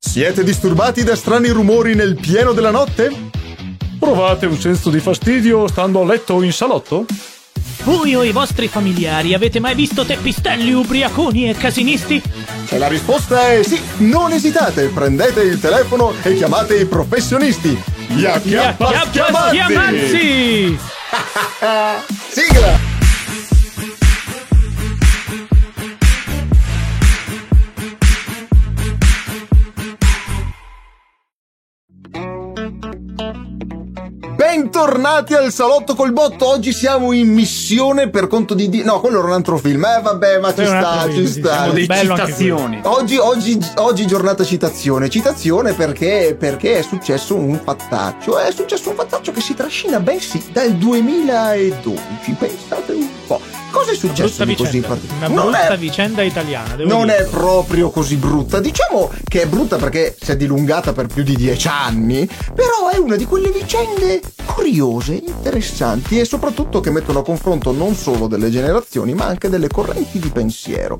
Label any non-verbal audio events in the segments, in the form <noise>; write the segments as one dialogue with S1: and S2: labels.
S1: Siete disturbati da strani rumori nel pieno della notte?
S2: Provate un senso di fastidio stando a letto o in salotto?
S3: Voi o i vostri familiari avete mai visto teppistelli, ubriaconi e casinisti?
S1: E la risposta è sì, non esitate, prendete il telefono e chiamate i professionisti. Gli acchiappa schiamazzi!
S3: Chiamazzi!
S1: Sigla! Bentornati al salotto col botto. Oggi siamo in missione per conto di Dio. No, quello era un altro film. Eh, vabbè, ma ci
S3: È un
S1: sta,
S3: altro
S1: ci
S3: film,
S1: sta.
S3: diciamo,
S4: dei
S3: Bello anche
S4: citazioni.
S1: Oggi, oggi, oggi giornata citazione. Citazione perché, perché è successo un fattaccio. È successo un fattaccio che si trascina ben sì dal 2012. Pensate un po'. Cosa è successo
S3: Brutta
S1: di Cioè, così
S3: vicenda.
S1: particolare?
S3: Una
S1: Non
S3: brutta
S1: è
S3: vicenda italiana. Devo
S1: non
S3: dire.
S1: è proprio così brutta. Diciamo che è brutta perché si è dilungata per più di dieci anni, però è una di quelle vicende curiose, interessanti e soprattutto che mettono a confronto non solo delle generazioni, ma anche delle correnti di pensiero.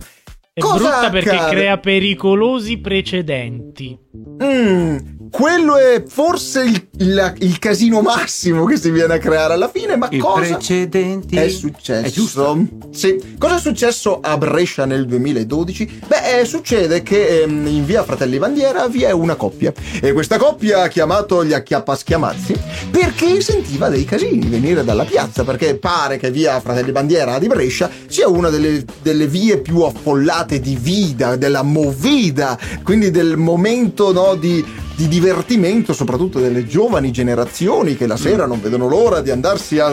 S3: È
S1: Cosa
S3: brutta perché
S1: accade?
S3: crea pericolosi precedenti.
S1: Mm, quello è forse il, la- il casino massimo che si viene a creare alla fine, ma
S4: I
S1: cosa
S4: precedenti
S1: è successo?
S4: È giusto.
S1: Sì. Cosa è successo a Brescia nel 2012? Beh, eh, succede che ehm, in via Fratelli Bandiera vi è una coppia. E questa coppia ha chiamato gli acchiappaschiamazzi perché sentiva dei casini venire dalla piazza. Perché pare che via Fratelli Bandiera di Brescia sia una delle, delle vie più affollate di vita, della movida, quindi del momento no, di di divertimento soprattutto delle giovani generazioni che la sera non vedono l'ora di andarsi a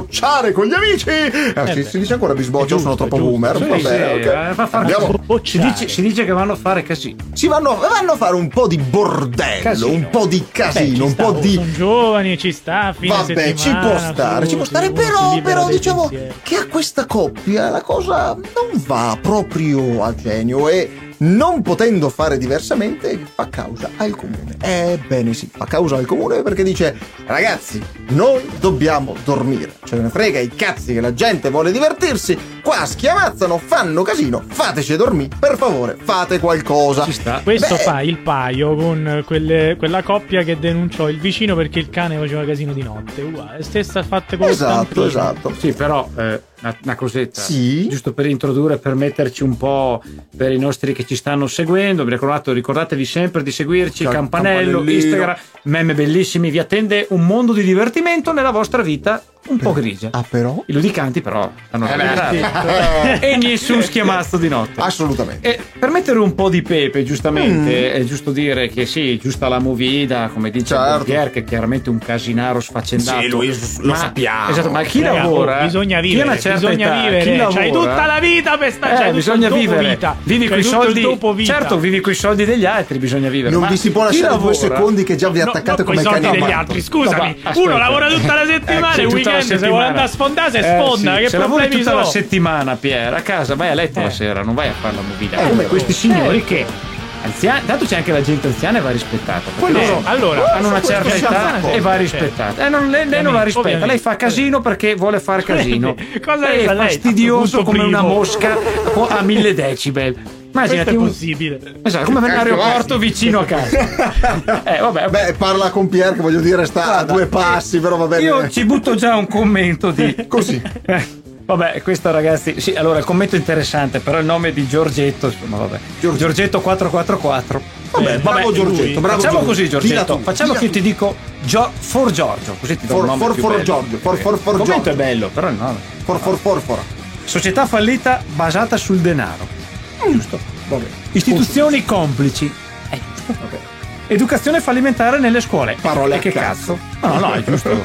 S1: bisbocciare con gli amici Ah,
S3: Eh
S1: si,
S3: beh.
S1: si dice ancora bisboccio
S3: È
S1: sono
S3: giusto,
S1: troppo
S3: è giusto.
S1: boomer
S4: Sì,
S1: va
S4: sì,
S1: bene ok.
S4: eh, fa fare-
S1: Andiamo.
S4: Si
S3: Bocciare.
S4: dice, si dice che vanno a fare casino.
S1: si vanno, vanno a fare un po' di bordello
S4: Casino.
S1: un po' di
S3: Beh, ci
S1: casino un
S3: sta,
S1: po'
S3: oh,
S1: di
S3: Sono giovani, ci sta. a Fine
S1: Vabbè, ci
S3: settimana,
S1: può stare, ci può
S3: su,
S1: stare,
S3: uno si
S1: però,
S3: libera
S1: però
S3: dei
S1: diciamo
S3: pensieri.
S1: che a questa coppia la cosa non va proprio a genio e non potendo fare diversamente fa causa al comune. Ebbene sì, fa causa al comune perché dice ragazzi, noi dobbiamo dormire, ce ne frega i cazzi che la gente vuole divertirsi, qua schiamazzano, fanno casino, fateci dormire, per favore, fate qualcosa.
S4: Ci sta.
S3: Questo
S1: Beh.
S3: fa il paio con eh, quelle- quella coppia che denunciò il vicino perché il cane faceva casino di notte. Uguale, stessa fatta con il
S1: Esatto,
S3: camprino.
S1: esatto.
S4: Sì, però eh, una, una cosetta.
S1: Sì.
S4: Giusto per introdurre, per metterci un po' per i nostri che ci stanno seguendo. Vi ricordato- ricordatevi sempre di seguirci,
S1: Cam-
S4: campanello,
S1: campanellino.
S4: Instagram, meme bellissimi. Vi attende un mondo di divertimento nella vostra vita un po' grigia.
S1: Ah però?
S4: I ludicanti, però, hanno
S1: Eh,
S4: rallentato. e nessun schiamazzo di notte.
S3: Ah,
S1: Assolutamente.
S4: E per mettere un po' di pepe, giustamente,
S3: Mm.
S4: è giusto dire che sì, giusta la movida, come dice
S1: Certo.
S4: Berger, che è chiaramente un casinaro sfaccendato.
S1: Sì, lui lo sappiamo.
S4: Esatto, ma chi
S3: Raga,
S4: lavora?
S3: oh, bisogna
S4: chi ha
S3: vivere,
S4: una certa
S3: bisogna
S4: età,
S3: vivere.
S4: Chi lavora,
S3: C'hai tutta la vita per sta-
S4: Eh,
S3: c'hai tutto
S4: bisogna
S3: il dopo
S4: vivere.
S3: vita.
S4: Vivi
S3: C'hai
S4: coi
S3: tutto il
S4: soldi.
S3: dopo vita.
S4: Certo, vivi coi soldi degli altri, bisogna vivere.
S1: Non
S4: ma
S1: vi si può
S4: chi
S1: lasciare due
S4: lavora? esatto,
S1: secondo che già vi
S3: No,
S1: attaccate
S3: no,
S1: come
S3: coi
S1: cani
S3: soldi
S1: a
S3: degli
S1: matto.
S3: altri, scusami.
S4: No, ma
S3: Uno
S4: aspetta.
S3: lavora tutta la settimana,
S4: Eh,
S3: il
S4: tutta la
S3: weekend se
S4: settimana.
S3: vuole andare a sfondare,
S4: Eh,
S3: se sfonda.
S4: sì,
S3: che
S4: se lavori
S3: problemi
S4: tutta
S3: sono?
S4: la settimana, Pier, a casa vai a letto la
S3: Eh.
S4: sera, non vai a fare la movida.
S1: Eh,
S4: come
S1: oh.
S4: questi signori che anziani, tanto c'è anche la gente anziana e va rispettata. perché
S3: Quello-
S4: loro
S3: Eh, allora,
S4: hanno una
S1: su questo
S4: certa
S1: siamo
S4: età
S1: d'accordo,
S4: e va
S3: cioè.
S4: rispettata. Eh, non- lei, lei non la
S3: Ovviamente,
S4: rispetta, lei fa
S3: ovviamente.
S4: casino perché vuole far <laughs> casino.
S3: Cosa
S4: è
S3: ne sa lei?
S4: fastidioso
S3: Punto
S4: come una
S3: primo.
S4: mosca o a mille decibel.
S3: Questo
S4: Immaginati
S3: è
S4: un,
S3: possibile.
S4: esatto, come un aeroporto vicino a
S1: <laughs>
S4: casa. eh, vabbè,
S1: Beh, parla con Pier che voglio dire sta
S4: Guarda,
S1: a due passi, però va bene.
S4: Io ci butto già un commento di.
S1: eh. <laughs> Così.
S4: <laughs> Eh, Vabbè, questo ragazzi. Sì, allora il commento è interessante, però il nome di Giorgetto, insomma, vabbè.
S1: Giorgetto.
S4: Giorgetto 444.
S1: Vabbè,
S3: Eh,
S1: bravo
S3: vabbè,
S1: Giorgetto,
S3: lui.
S1: bravo
S4: facciamo
S1: Giorgetto.
S4: così,
S1: Dilla
S4: Giorgetto.
S1: tu,
S4: facciamo
S1: dilla
S4: che
S1: tu.
S4: ti dico Gio- For Giorgio, così ti do
S1: For-
S4: un nome
S1: for-
S4: più
S1: for
S4: bello.
S1: Giorgio, for- for- for
S4: il commento
S1: Giorgio.
S4: è bello, però il nome.
S1: For, for, for, for.
S4: Società fallita basata sul denaro. Mm, Giusto.
S1: Vabbè.
S4: Istituzioni complici. Eh, giusto, vabbè. Educazione fallimentare nelle scuole.
S1: Parole
S4: Eh,
S1: a
S4: che
S1: cazzo.
S4: cazzo. No, no, è giusto.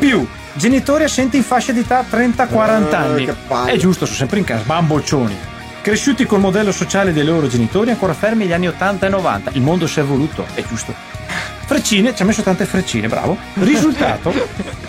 S1: <laughs>
S4: Più genitori assenti in fascia di età 30-40
S1: Eh,
S4: anni.
S1: che palle.
S4: È giusto, sono sempre in casa, bamboccioni. Cresciuti col modello sociale dei loro genitori ancora fermi gli anni 80 e 90. Il mondo si è evoluto, è giusto. Freccine, ci ha messo tante freccine, bravo.
S1: <laughs>
S4: Risultato: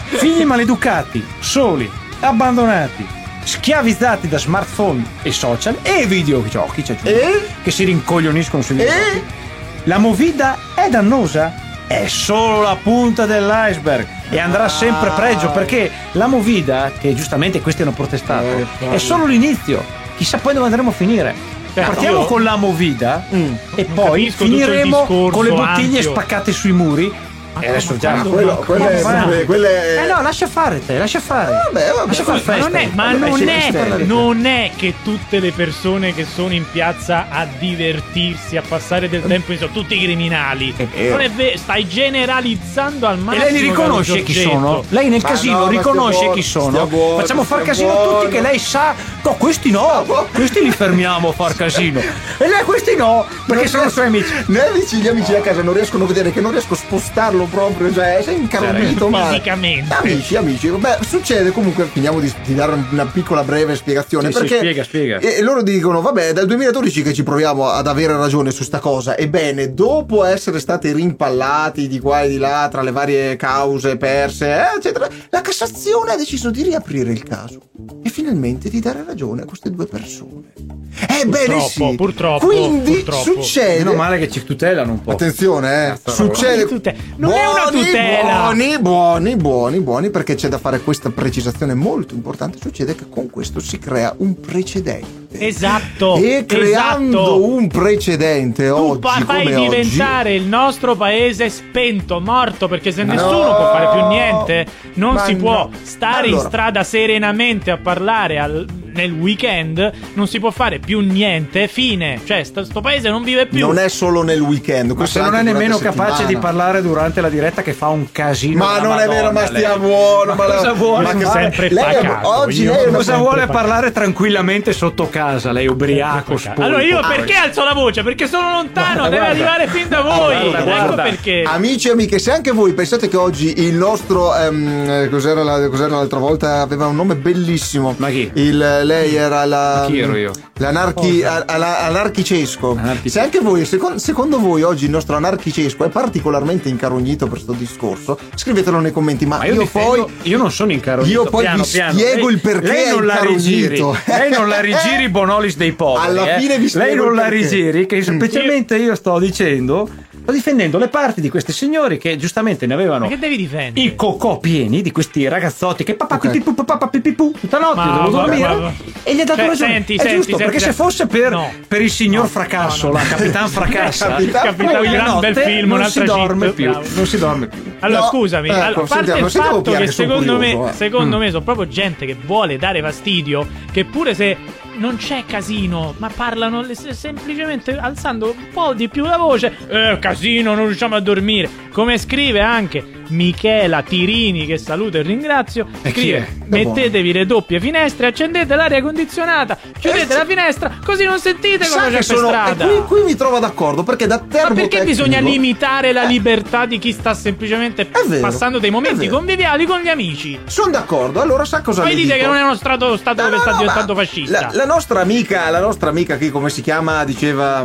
S4: figli maleducati, soli, abbandonati, schiavizzati da smartphone e social e videogiochi, c'è giusto,
S1: E?
S4: che si rincoglioniscono
S1: Eh?
S4: sui videogiochi.
S1: E?
S4: La movida è dannosa? È solo la punta dell'iceberg e andrà sempre peggio perché la movida, che giustamente questi hanno protestato,
S1: Eh,
S4: è solo l'inizio. Chissà poi dove andremo a finire.
S3: Beh,
S4: Partiamo
S3: Eh, io- Mm.
S4: con la movida e
S3: Non
S4: poi
S3: capisco tutto il
S4: finiremo
S3: discorso,
S4: con le bottiglie
S3: Anzio.
S4: spaccate sui muri.
S3: Ma
S4: e adesso
S3: come-
S4: già.
S3: ma
S1: Ah, Quello,
S3: come-
S1: quello è,
S3: ma-
S1: sempre- quello è-
S4: Eh no, lascia fare te, lascia fare.
S1: Vabbè, vabbè,
S4: Lascia fare
S1: vabbè.
S3: Ma
S4: festa.
S3: non è, ma
S4: Vabbè,
S3: non,
S4: c'è
S3: è-
S4: festa.
S3: non è che tutte le persone che sono in piazza a divertirsi, a passare del tempo, sono tutti criminali.
S1: vero.
S3: Non è vero, stai generalizzando al
S4: E
S3: massimo.
S4: lei li riconosce
S3: caro
S4: chi
S3: Giorgetto.
S4: sono? Lei nel
S1: Ma
S4: casino
S1: no, ma stia
S4: riconosce
S1: buono,
S4: chi sono?
S1: stia buono,
S4: Facciamo far
S1: stia
S4: casino a tutti
S1: buono.
S4: che lei sa. No, questi no, questi li fermiamo a far <laughs> casino. E lei questi no, perché sono suoi amici.
S1: Né amici, gli amici da casa non riescono a vedere che non riesco a spostarlo proprio, cioè sei incaronito
S3: Cioè,
S1: ma
S3: fisicamente.
S1: Amici, amici, beh, succede comunque, finiamo di, di dare una piccola breve spiegazione
S4: Sì, sì,
S1: perché
S4: spiega, spiega.
S1: E loro dicono, vabbè, è dal 2012 che ci proviamo ad avere ragione su sta cosa. Ebbene, dopo essere stati rimpallati di qua e di là tra le varie cause perse, eh, eccetera, la Cassazione ha deciso di riaprire il caso e finalmente di dare ragione a queste due persone. Ebbene
S3: Purtroppo,
S1: sì,
S3: purtroppo,
S1: quindi
S3: purtroppo.
S1: succede
S4: che ci tutelano un po'.
S1: Attenzione, eh.
S4: Cazzo,
S1: Succede.
S3: tutela. Non è una
S1: Buoni,
S3: tutela.
S1: Buoni, buoni, buoni, buoni, perché c'è da fare questa precisazione molto importante. Succede che con questo si crea un precedente.
S3: Esatto.
S1: E creando
S3: esatto.
S1: un precedente
S3: Tu
S1: oggi
S3: pa- fai
S1: come oggi,
S3: diventare il nostro paese spento, morto, perché se
S1: No.
S3: nessuno può fare più niente, non
S1: Ma
S3: si può
S1: no.
S3: stare in
S1: Allora.
S3: strada serenamente a parlare al- nel weekend, non si può fare più niente, fine. Cioè, sto, sto paese non vive più.
S1: non è solo nel weekend.
S4: Ma
S1: questo
S4: se non è
S1: anche
S4: nemmeno
S1: durante la
S4: capace di
S1: settimana.
S4: parlare durante la diretta che fa un casino.
S1: Ma
S4: della
S1: non è vero,
S4: Madonna,
S1: ma stia
S4: lei.
S1: buono. Ma, la-
S4: cosa vuole?
S1: ma
S4: Io
S1: che-
S4: sono
S3: sempre
S1: lei è-
S3: pacato,
S1: Oggi
S3: io
S1: lei è una
S4: Eh, Cosa vuole
S3: Sempre
S4: parlare tranquillamente sotto casa? Lei ubriaco, sporco.
S3: Allora io
S4: poi.
S3: perché alzo la voce? Perché sono lontano,
S4: Guarda,
S3: deve
S4: guarda.
S3: arrivare fin da voi.
S4: Guarda,
S3: ecco
S4: guarda. Ah,
S3: perché.
S1: Amici e amiche, se anche voi pensate che oggi il nostro. ehm, eh, cos'era, la- cos'era l'altra volta? Aveva un nome bellissimo.
S4: Ma chi?
S1: Il, eh, lei era la.
S4: Ma chi ero io?
S1: L'anarchi, a- alla- anarchicesco.
S4: Anarchicesco.
S1: Se anche voi, secon- secondo voi, oggi il nostro anarchicesco è particolarmente incarognito per questo discorso, scrivetelo nei commenti. Ma,
S4: Ma io, difendo-
S1: poi.
S4: io non sono incaronito.
S1: io poi
S4: piano,
S1: vi
S4: piano.
S1: spiego
S4: Lei-
S1: il perché
S4: Lei
S1: è
S4: non la rigiri.
S1: incaronito.
S4: <laughs> Lei non la rigiri
S1: <laughs>
S4: i Bonolis dei poveri.
S1: Alla
S4: eh.
S1: fine vi spiego
S4: Lei non
S1: il
S4: la
S1: perché. Mm.
S4: rigiri, che semplicemente io sto dicendo, sto difendendo le parti di questi signori che giustamente ne
S3: Ma
S4: avevano
S3: che devi difendere?
S4: i cocò pieni di questi ragazzotti che papà
S1: Ok.
S4: pipipù, papà pipipù, tutta notte
S3: Ma
S4: devo
S3: vabbè,
S4: dormire
S3: vabbè.
S4: e gli ha dato
S3: Cioè,
S4: ragione
S3: senti,
S4: è
S3: senti,
S4: giusto
S3: senti,
S4: perché se
S3: senti.
S4: fosse per,
S3: No.
S4: per il signor
S3: No,
S4: fracasso
S3: no, no. <laughs>
S4: la capitan fracassa
S1: Capitan-
S4: poi
S3: Capitan-
S4: la
S3: gran bel
S4: notte
S3: film,
S4: non si
S3: un'altra
S4: dorme
S3: gita,
S4: più
S3: bravo.
S4: non si dorme più
S3: Allora,
S1: No,
S3: scusami,
S1: ecco,
S3: allora, a parte
S1: sentiamo,
S3: il
S1: sentiamo
S3: fatto
S1: Piano,
S3: che
S1: che sono
S3: secondo me,
S1: curioso, eh.
S3: secondo me sono proprio gente che vuole dare fastidio, che pure se non c'è casino, ma parlano le- se- semplicemente alzando un po' di più la voce, eh, casino, non riusciamo a dormire. Come scrive anche Michela Tirini, che saluto e ringrazio,
S4: E chi è?
S3: scrive,
S4: Da
S3: mettetevi le doppie finestre, accendete l'aria condizionata, chiudete
S1: Eh,
S3: la finestra, così non sentite
S1: Sa
S3: cosa
S1: che
S3: c'è per
S1: sono- e
S3: strada.
S1: qui, qui mi trovo d'accordo perché da
S3: Ma perché
S1: termotecnico-
S3: bisogna limitare la
S1: Eh,
S3: libertà di chi sta semplicemente
S1: È vero,
S3: passando dei
S1: è
S3: momenti
S1: vero.
S3: conviviali con gli amici?
S1: Sono d'accordo, allora sa cosa
S3: Poi
S1: le
S3: dite
S1: dico?
S3: che non è uno strato, stato
S1: No,
S3: dove
S1: no,
S3: sta
S1: no,
S3: diventando
S1: ma
S3: fascista.
S1: La, la nostra amica, la nostra amica qui, come si chiama, diceva.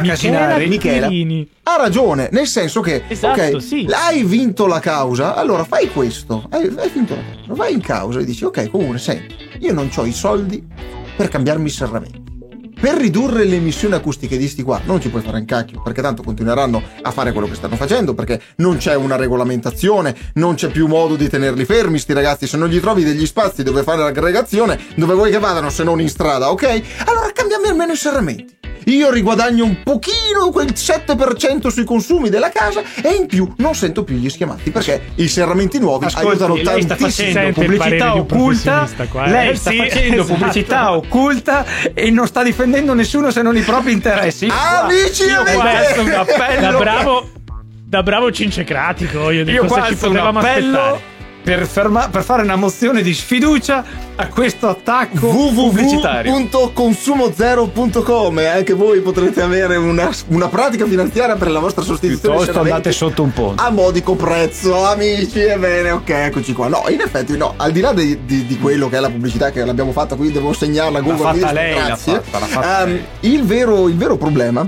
S3: Michela
S4: Casinari
S1: Michela
S3: Tirini.
S1: ha ragione, nel senso che
S3: Esatto,
S1: ok,
S3: sì.
S1: hai vinto la causa, allora fai questo, hai, hai vinto la causa, vai in causa e dici ok comune, senti, io non ho i soldi per cambiarmi il serramento. Per ridurre le emissioni acustiche di sti qua non ci puoi fare un cacchio, perché tanto continueranno a fare quello che stanno facendo, perché non c'è una regolamentazione, non c'è più modo di tenerli fermi sti ragazzi, se non gli trovi degli spazi dove fare l'aggregazione, dove vuoi che vadano se non in strada, ok? Allora cambiami almeno i serramenti. Io riguadagno un pochino quel 7% sui consumi della casa e in più non sento più gli schiamati perché i serramenti nuovi
S4: Ascolta,
S1: aiutano
S4: lei sta
S1: tantissimo.
S4: facendo
S3: Sente il
S4: pubblicità
S3: parere di un
S4: occulta.
S3: professionista qua, eh.
S4: Lei
S3: Eh,
S4: sta
S3: sì,
S4: facendo
S3: esatto.
S4: pubblicità occulta e non sta difendendo nessuno se non i propri interessi.
S1: Amici
S4: Io
S1: amiche!
S4: qua alzo un
S3: Da
S4: appello.
S3: bravo, da bravo cincecratico. Io, dico,
S4: Io qua
S3: cosa ci
S4: alzo un
S3: potevamo
S4: appello
S3: aspettare.
S4: per, ferma- per fare una mozione di sfiducia a questo attacco pubblicitario.
S1: www.consumozero.com e anche voi potrete avere una, una pratica finanziaria per la vostra sostituzione
S4: Piuttosto
S1: di
S4: andate
S1: serramenti
S4: sotto un ponte.
S1: a modico prezzo amici ebbene ok eccoci qua no in effetti no al di là di, di- di quello che è la pubblicità che l'abbiamo fatta qui devo segnarla Google
S4: fatta
S1: mi dice,
S4: lei, l'ha
S1: grazie
S4: fatta, l'ha fatta
S1: Ehm,
S4: lei.
S1: il vero il vero problema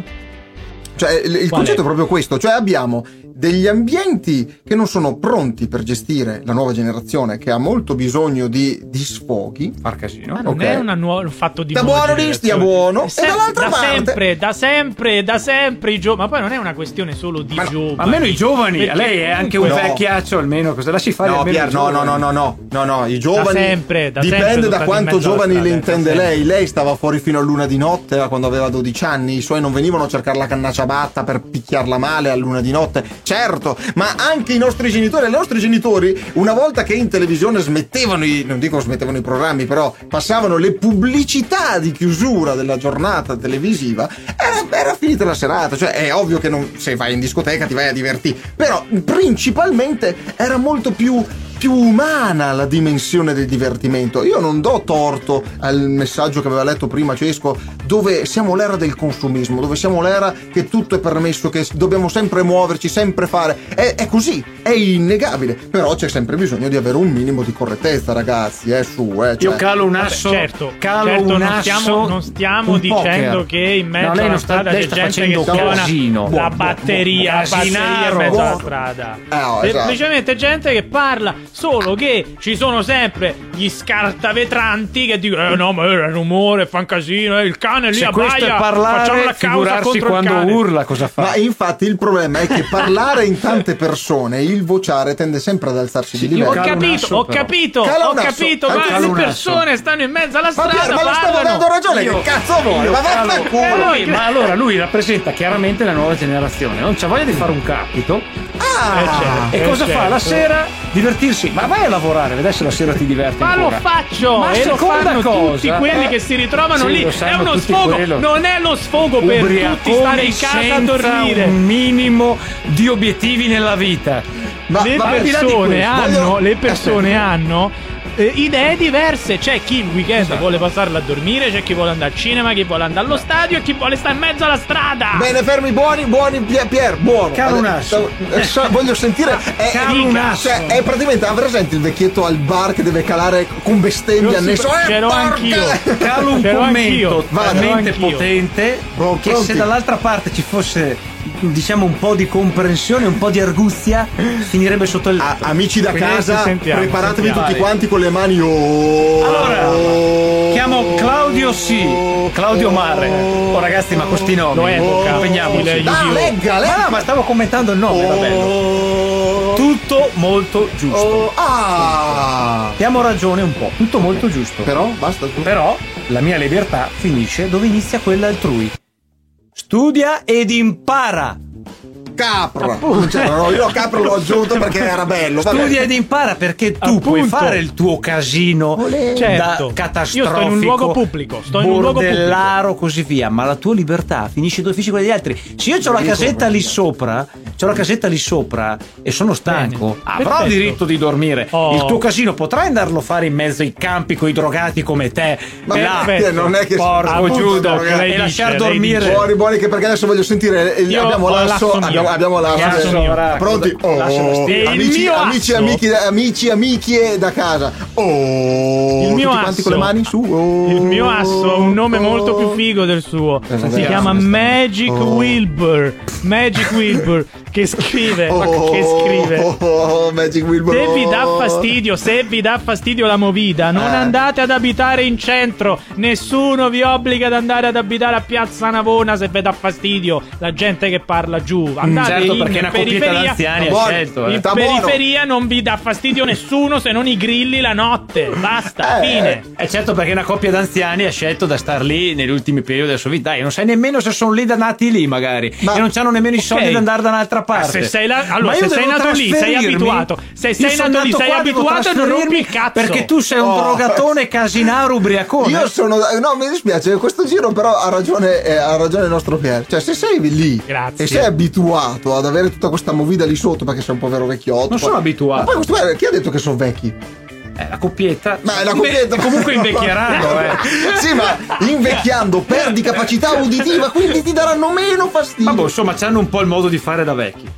S1: Cioè, il il
S3: Qual
S1: concetto
S3: è?
S1: è proprio questo, cioè abbiamo degli ambienti che non sono pronti per gestire la nuova generazione che ha molto bisogno di, di sfoghi.
S4: Far casino.
S3: Ma non
S1: Ok.
S3: è una nuova- un fatto di
S1: Da
S3: nuova
S1: buono lì,
S3: generazione.
S1: stia buono.
S3: È
S1: E
S3: sem-
S1: dall'altra
S3: da
S1: parte-
S3: sempre, da sempre, da sempre i giovani. Ma poi non è una questione solo di
S1: Ma no,
S3: giovani.
S4: Ma almeno i giovani,
S3: Perché
S4: lei è anche un
S1: No.
S3: comunque-
S4: vecchiaccio almeno, cosa lasci fare
S1: no,
S4: almeno i
S1: Pier, no, no,
S4: giovani?
S1: no, no, no, no, no, i giovani
S3: sempre, da sempre
S1: dipende
S3: sono
S1: da
S3: stati in
S1: quanto
S3: mezzo alla
S1: giovani le
S3: strada, eh, da
S1: intende
S3: sempre.
S1: lei. Lei stava fuori fino a luna di notte eh, quando aveva 12 anni, i suoi non venivano a cercare la cannaccia batta per picchiarla male a luna di notte. Certo, ma anche i nostri genitori, e i nostri genitori, una volta che in televisione smettevano i non dico smettevano i programmi, però passavano le pubblicità di chiusura della giornata televisiva, era, era finita la serata, cioè è ovvio che non- se vai in discoteca ti vai a divertire, però principalmente era molto più più umana la dimensione del divertimento. Io non do torto al messaggio che aveva letto prima Cesco, dove siamo l'era del consumismo, dove siamo l'era che tutto è permesso, che dobbiamo sempre muoverci, sempre fare. È, è così, è innegabile. Però c'è sempre bisogno di avere un minimo di correttezza, ragazzi, eh, su, eh.
S4: Io
S1: cioè-
S4: calo un
S3: Vabbè,
S4: asso,
S3: certo,
S4: calo
S3: certo,
S4: un
S3: non
S4: asso,
S3: stiamo- non stiamo
S4: un
S3: dicendo
S4: poker.
S3: che in mezzo
S4: no, lei
S3: alla
S4: non sta,
S3: strada
S4: lei
S3: c'è
S4: sta
S3: gente
S4: facendo
S3: che suona
S4: casino. Boh.
S3: la
S1: Buono,
S3: batteria,
S4: buono.
S3: batteria in
S4: Casinaro.
S3: mezzo alla
S1: Buono.
S3: strada.
S1: Ah, no, esatto.
S3: Semplicemente gente che parla solo che ci sono sempre gli scartavetranti che dicono "Eh, no, ma era rumore, fa un casino, eh, il cane lì
S4: Se questo
S3: abbaia,
S4: è
S3: facciamo
S4: parlare,
S3: la causa
S4: figurarsi
S3: contro il
S4: quando
S3: cane".
S4: urla cosa fa.
S1: Ma infatti il problema è che parlare in tante persone, il vociare tende sempre ad alzarsi di
S4: io
S1: livello.
S3: Ho
S4: Cala un
S3: capito,
S4: asso,
S3: ho
S4: però.
S3: capito,
S1: Cala
S3: ho
S1: un asso,
S3: capito,
S1: cala
S3: ma
S4: un
S3: le
S4: asso.
S3: persone stanno in mezzo alla
S1: Ma
S3: strada,
S1: Pier, ma lo stavo
S3: parlano.
S1: dando ragione,
S4: Io-
S1: che cazzo vuole?
S4: io
S1: Ma
S4: calo-
S1: vaffanculo!
S4: Eh,
S3: lui-
S4: ma allora lui rappresenta chiaramente la nuova generazione, non c'ha voglia di fare un capito.
S1: Ah!
S4: e
S3: eh,
S4: cosa fa
S3: certo.
S4: la sera? Divertirsi. Ma vai a lavorare, vedrai se la sera ti diverti
S3: Ma lo
S4: ancora.
S3: faccio
S4: Ma
S3: e lo
S4: seconda
S3: fanno
S4: cosa-
S3: tutti quelli
S4: eh,
S3: che si ritrovano
S4: sì,
S3: lì.
S4: lo
S3: È
S4: sanno
S3: uno
S4: tutti
S3: sfogo,
S4: quello.
S3: non è lo sfogo per tutti
S4: Ubriaconi
S3: stare in casa a
S4: senza
S3: dormire.
S4: un minimo di obiettivi nella vita.
S1: Ma-
S3: le,
S1: ma al di là di
S3: persone
S1: questo,
S3: hanno,
S1: voglio-
S3: le persone hanno eh, idee diverse. C'è chi il weekend
S4: Esatto.
S3: vuole passarla a dormire, c'è chi vuole andare al cinema, chi vuole andare allo stadio e chi vuole stare in mezzo alla strada.
S1: Bene, fermi, buoni, buoni, Pier, Pier, buono.
S4: Caro un
S1: Adesso- adesso Voglio sentire. È,
S4: caro
S1: è-
S4: un asso.
S1: Cioè, è praticamente, ha presente il vecchietto al bar che deve calare con bestemmie
S3: Io sì,
S1: annesso. Eh,
S3: c'ero
S1: porca- <laughs>
S3: anch'io.
S4: Calo un
S3: Però
S4: commento
S3: anch'io, però
S4: talmente
S3: anch'io.
S4: potente
S1: Pro-
S4: che
S1: pronti?
S4: se dall'altra parte ci fosse diciamo un po' di comprensione, un po' di arguzia, finirebbe sotto il
S1: A-
S4: letto.
S1: amici da
S3: Quindi
S1: casa,
S3: adesso sentiamo,
S1: preparatevi
S3: sentiamo.
S1: tutti quanti con le mani. Oh,
S4: Allora,
S1: oh,
S4: Chiamo Claudio C, Claudio Marre. Oh ragazzi, ma questi nomi
S3: Lo evoca.
S4: impegniamoci.
S3: Il-
S1: Ah, legga,
S4: Ma
S1: legga. Eh,
S4: no, ma stavo commentando il nome, va bene.
S1: Oh,
S4: Tutto molto giusto.
S1: oh, ah.
S4: Abbiamo ragione un po', tutto molto giusto.
S1: Però basta. tu.
S4: Però la mia libertà finisce dove inizia quella altrui. Studia ed impara.
S1: Capra. Non c'era, Cioè, no, io capra l'ho aggiunto perché era bello. vabbè.
S4: Studia ed impara perché tu puoi
S3: Appunto.
S4: fare il tuo casino
S3: Certo.
S4: da catastrofico.
S3: Io sto in un luogo pubblico, sto in un luogo pubblico.
S4: bordellaro, così via, ma la tua libertà finisce dove finisce quella degli altri. Se io ho la casetta lì sopra, c'ho la casetta lì sopra e sono stanco,
S3: Bene.
S4: avrò
S3: Perfetto.
S4: diritto di dormire.
S3: Oh.
S4: Il tuo casino potrai andarlo a fare in mezzo ai campi con i drogati come te.
S1: Ma
S4: e là,
S1: perché non è che
S4: porco
S1: appunto,
S4: Giuda,
S1: ragazzi.
S4: e
S3: Lei
S4: lasciar
S3: dice, lei
S4: dormire.
S3: dice.
S1: Buoni, buoni, che perché adesso voglio sentire. il-
S3: Io
S1: abbiamo
S3: ho
S1: l'asso.
S3: l'asso mio.
S1: Abbiamo, abbiamo l'asso.
S3: L'asso mio.
S4: Ora,
S1: Pronti?
S4: cosa- lascia la
S1: Oh,
S4: stia-
S3: E il
S1: amici,
S3: mio
S1: amici,
S3: asso?
S1: amici, amici, amiche da casa. Oh,
S3: Il mio
S1: tutti quanti
S3: asso.
S1: con le mani su. Oh,
S3: Il mio asso ha un nome
S1: oh.
S3: molto più figo del suo.
S1: Eh, vabbè,
S3: si chiama
S1: asso,
S3: Magic
S1: Oh.
S3: Wilbur. Magic Wilbur che scrive
S1: Oh,
S3: che scrive
S1: oh, oh, oh, Magic Wilbur.
S3: Se vi dà
S1: oh.
S3: fastidio, se vi dà fastidio la movida, non
S1: Eh.
S3: andate ad abitare in centro. Nessuno vi obbliga ad andare ad abitare a Piazza Navona se vi dà fastidio la gente che parla giù. Andate
S4: Certo,
S3: in
S4: perché è una coppietta di
S3: periferia.
S4: anziani ha
S1: Buono.
S4: scelto. eh.
S3: In
S1: Mm. Sta
S3: periferia non vi dà fastidio nessuno se non i grilli la notte. Basta,
S1: Eh,
S3: fine.
S4: Eh certo perché una coppia d'anziani ha scelto da star lì negli ultimi periodi della sua vita Dai, non sai nemmeno se sono lì da nati lì magari
S1: Ma-
S4: e non hanno nemmeno i soldi
S3: Ok.
S4: da andare da un'altra
S3: Ah, Se
S4: parte
S3: sei, la- allora,
S4: Ma io
S3: se sei
S4: devo
S3: nato lì, sei
S4: trasferirmi?
S3: abituato. Se
S4: Io
S3: sei
S4: sono
S3: nato lì,
S4: nato
S3: sei
S4: qua, devo
S3: abituato e non rompi il
S4: trasferirmi
S3: cazzo.
S4: perché tu sei un
S1: Oh.
S3: <laughs>
S4: drogatone casinaro ubriacone
S1: Io sono. eh, No, mi dispiace, questo giro però ha ragione, eh, ha ragione il nostro Pier. Cioè, se sei lì
S3: Grazie.
S1: e sei abituato ad avere tutta questa movida lì sotto perché sei un povero vecchiotto.
S4: Non sono
S1: poi-
S4: abituato.
S1: Ma poi questo guarda, chi ha detto che sono vecchi?
S4: Eh, la coppietta
S1: Ma è la
S4: Beh,
S1: coppietta.
S3: <laughs>
S4: comunque invecchieranno eh.
S1: <laughs> sì, ma invecchiando perdi capacità uditiva, quindi ti daranno meno fastidio.
S4: boh. Vabbè, insomma, c'hanno un po' il modo di fare da vecchi.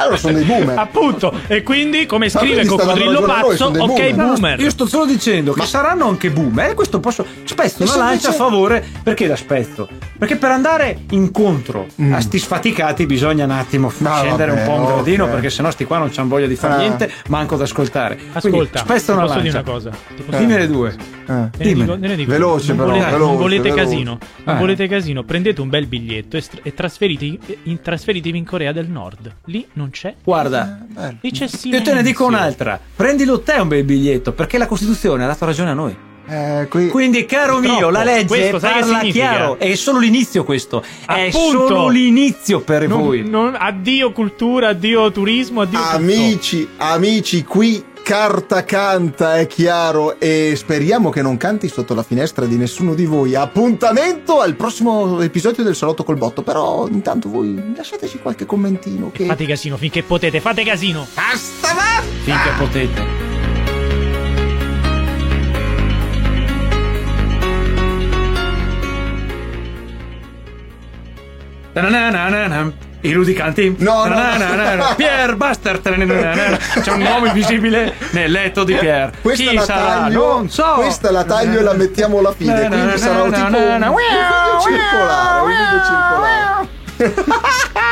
S1: Allora sono dei boomer.
S3: Appunto, e quindi come
S1: Ma
S3: scrive
S1: quindi stanno
S3: Coccodrillo
S1: lavorando noi,
S3: Pazzo,
S1: sono dei
S3: ok
S1: boomer.
S3: boomer.
S4: Io sto solo dicendo che saranno anche boomer. E questo posso. Spezzo
S1: Mi
S4: una
S1: sto
S4: lancia a
S1: dicendo-
S4: favore. Perché la spezzo? Perché per andare incontro a sti sfaticati bisogna un attimo
S1: No,
S4: scendere
S1: Mm. Ah, vabbè,
S4: un po' un gradino.
S1: ok.
S4: Perché sennò sti qua non c'hanno voglia di fare
S1: Ah.
S4: niente, manco ad ascoltare. Quindi,
S3: Ascolta,
S4: spezzo
S3: ti
S4: una
S3: posso
S4: lancia.
S3: dire una cosa. Ti posso
S1: Eh.
S4: Dimmi le due.
S1: Eh.
S3: Ne dico,
S4: Dimmene.
S3: ne dico.
S1: Veloce,
S3: non
S1: però,
S3: volete,
S1: veloce,
S3: non volete
S1: veloce.
S3: casino. Non
S4: Eh.
S3: volete casino. Prendete un bel biglietto e, str- e trasferiti- e- in- trasferitevi in Corea del Nord. Lì non c'è.
S4: Guarda.
S1: Bello.
S3: Lì c'è
S4: Io
S3: silenzio.
S4: te ne dico un'altra. Prendilo te un bel biglietto. Perché la Costituzione ha dato ragione a noi.
S1: Eh, qui-
S4: Quindi, caro mio,
S3: Purtroppo,
S4: la legge
S3: questo sai che
S4: parla
S3: significa?
S4: chiaro. È solo l'inizio, questo. È
S3: Appunto.
S4: solo l'inizio per
S3: Non-
S4: voi.
S3: non- addio cultura, addio turismo, addio. tutto.
S1: Amici, amici, qui carta canta, è chiaro, e speriamo che non canti sotto la finestra di nessuno di voi. Appuntamento al prossimo episodio del Salotto col Botto, però intanto voi lasciateci qualche commentino che...
S3: Fate casino finché potete, fate casino.
S1: Basta, va!
S4: Finché potete. Ta-na-na-na-na. I ludicanti
S1: No, no, no.
S4: Ta-na-na-na-na. Pier Buster Ta-na-na-na-na. C'è un uomo invisibile nel letto di Pier
S1: Questa
S4: Chi
S1: la
S4: sarà?
S1: taglio,
S4: Non so
S1: questa la taglio e la mettiamo alla fine, quindi sarà un tipo un, un video circolare, un video circolare.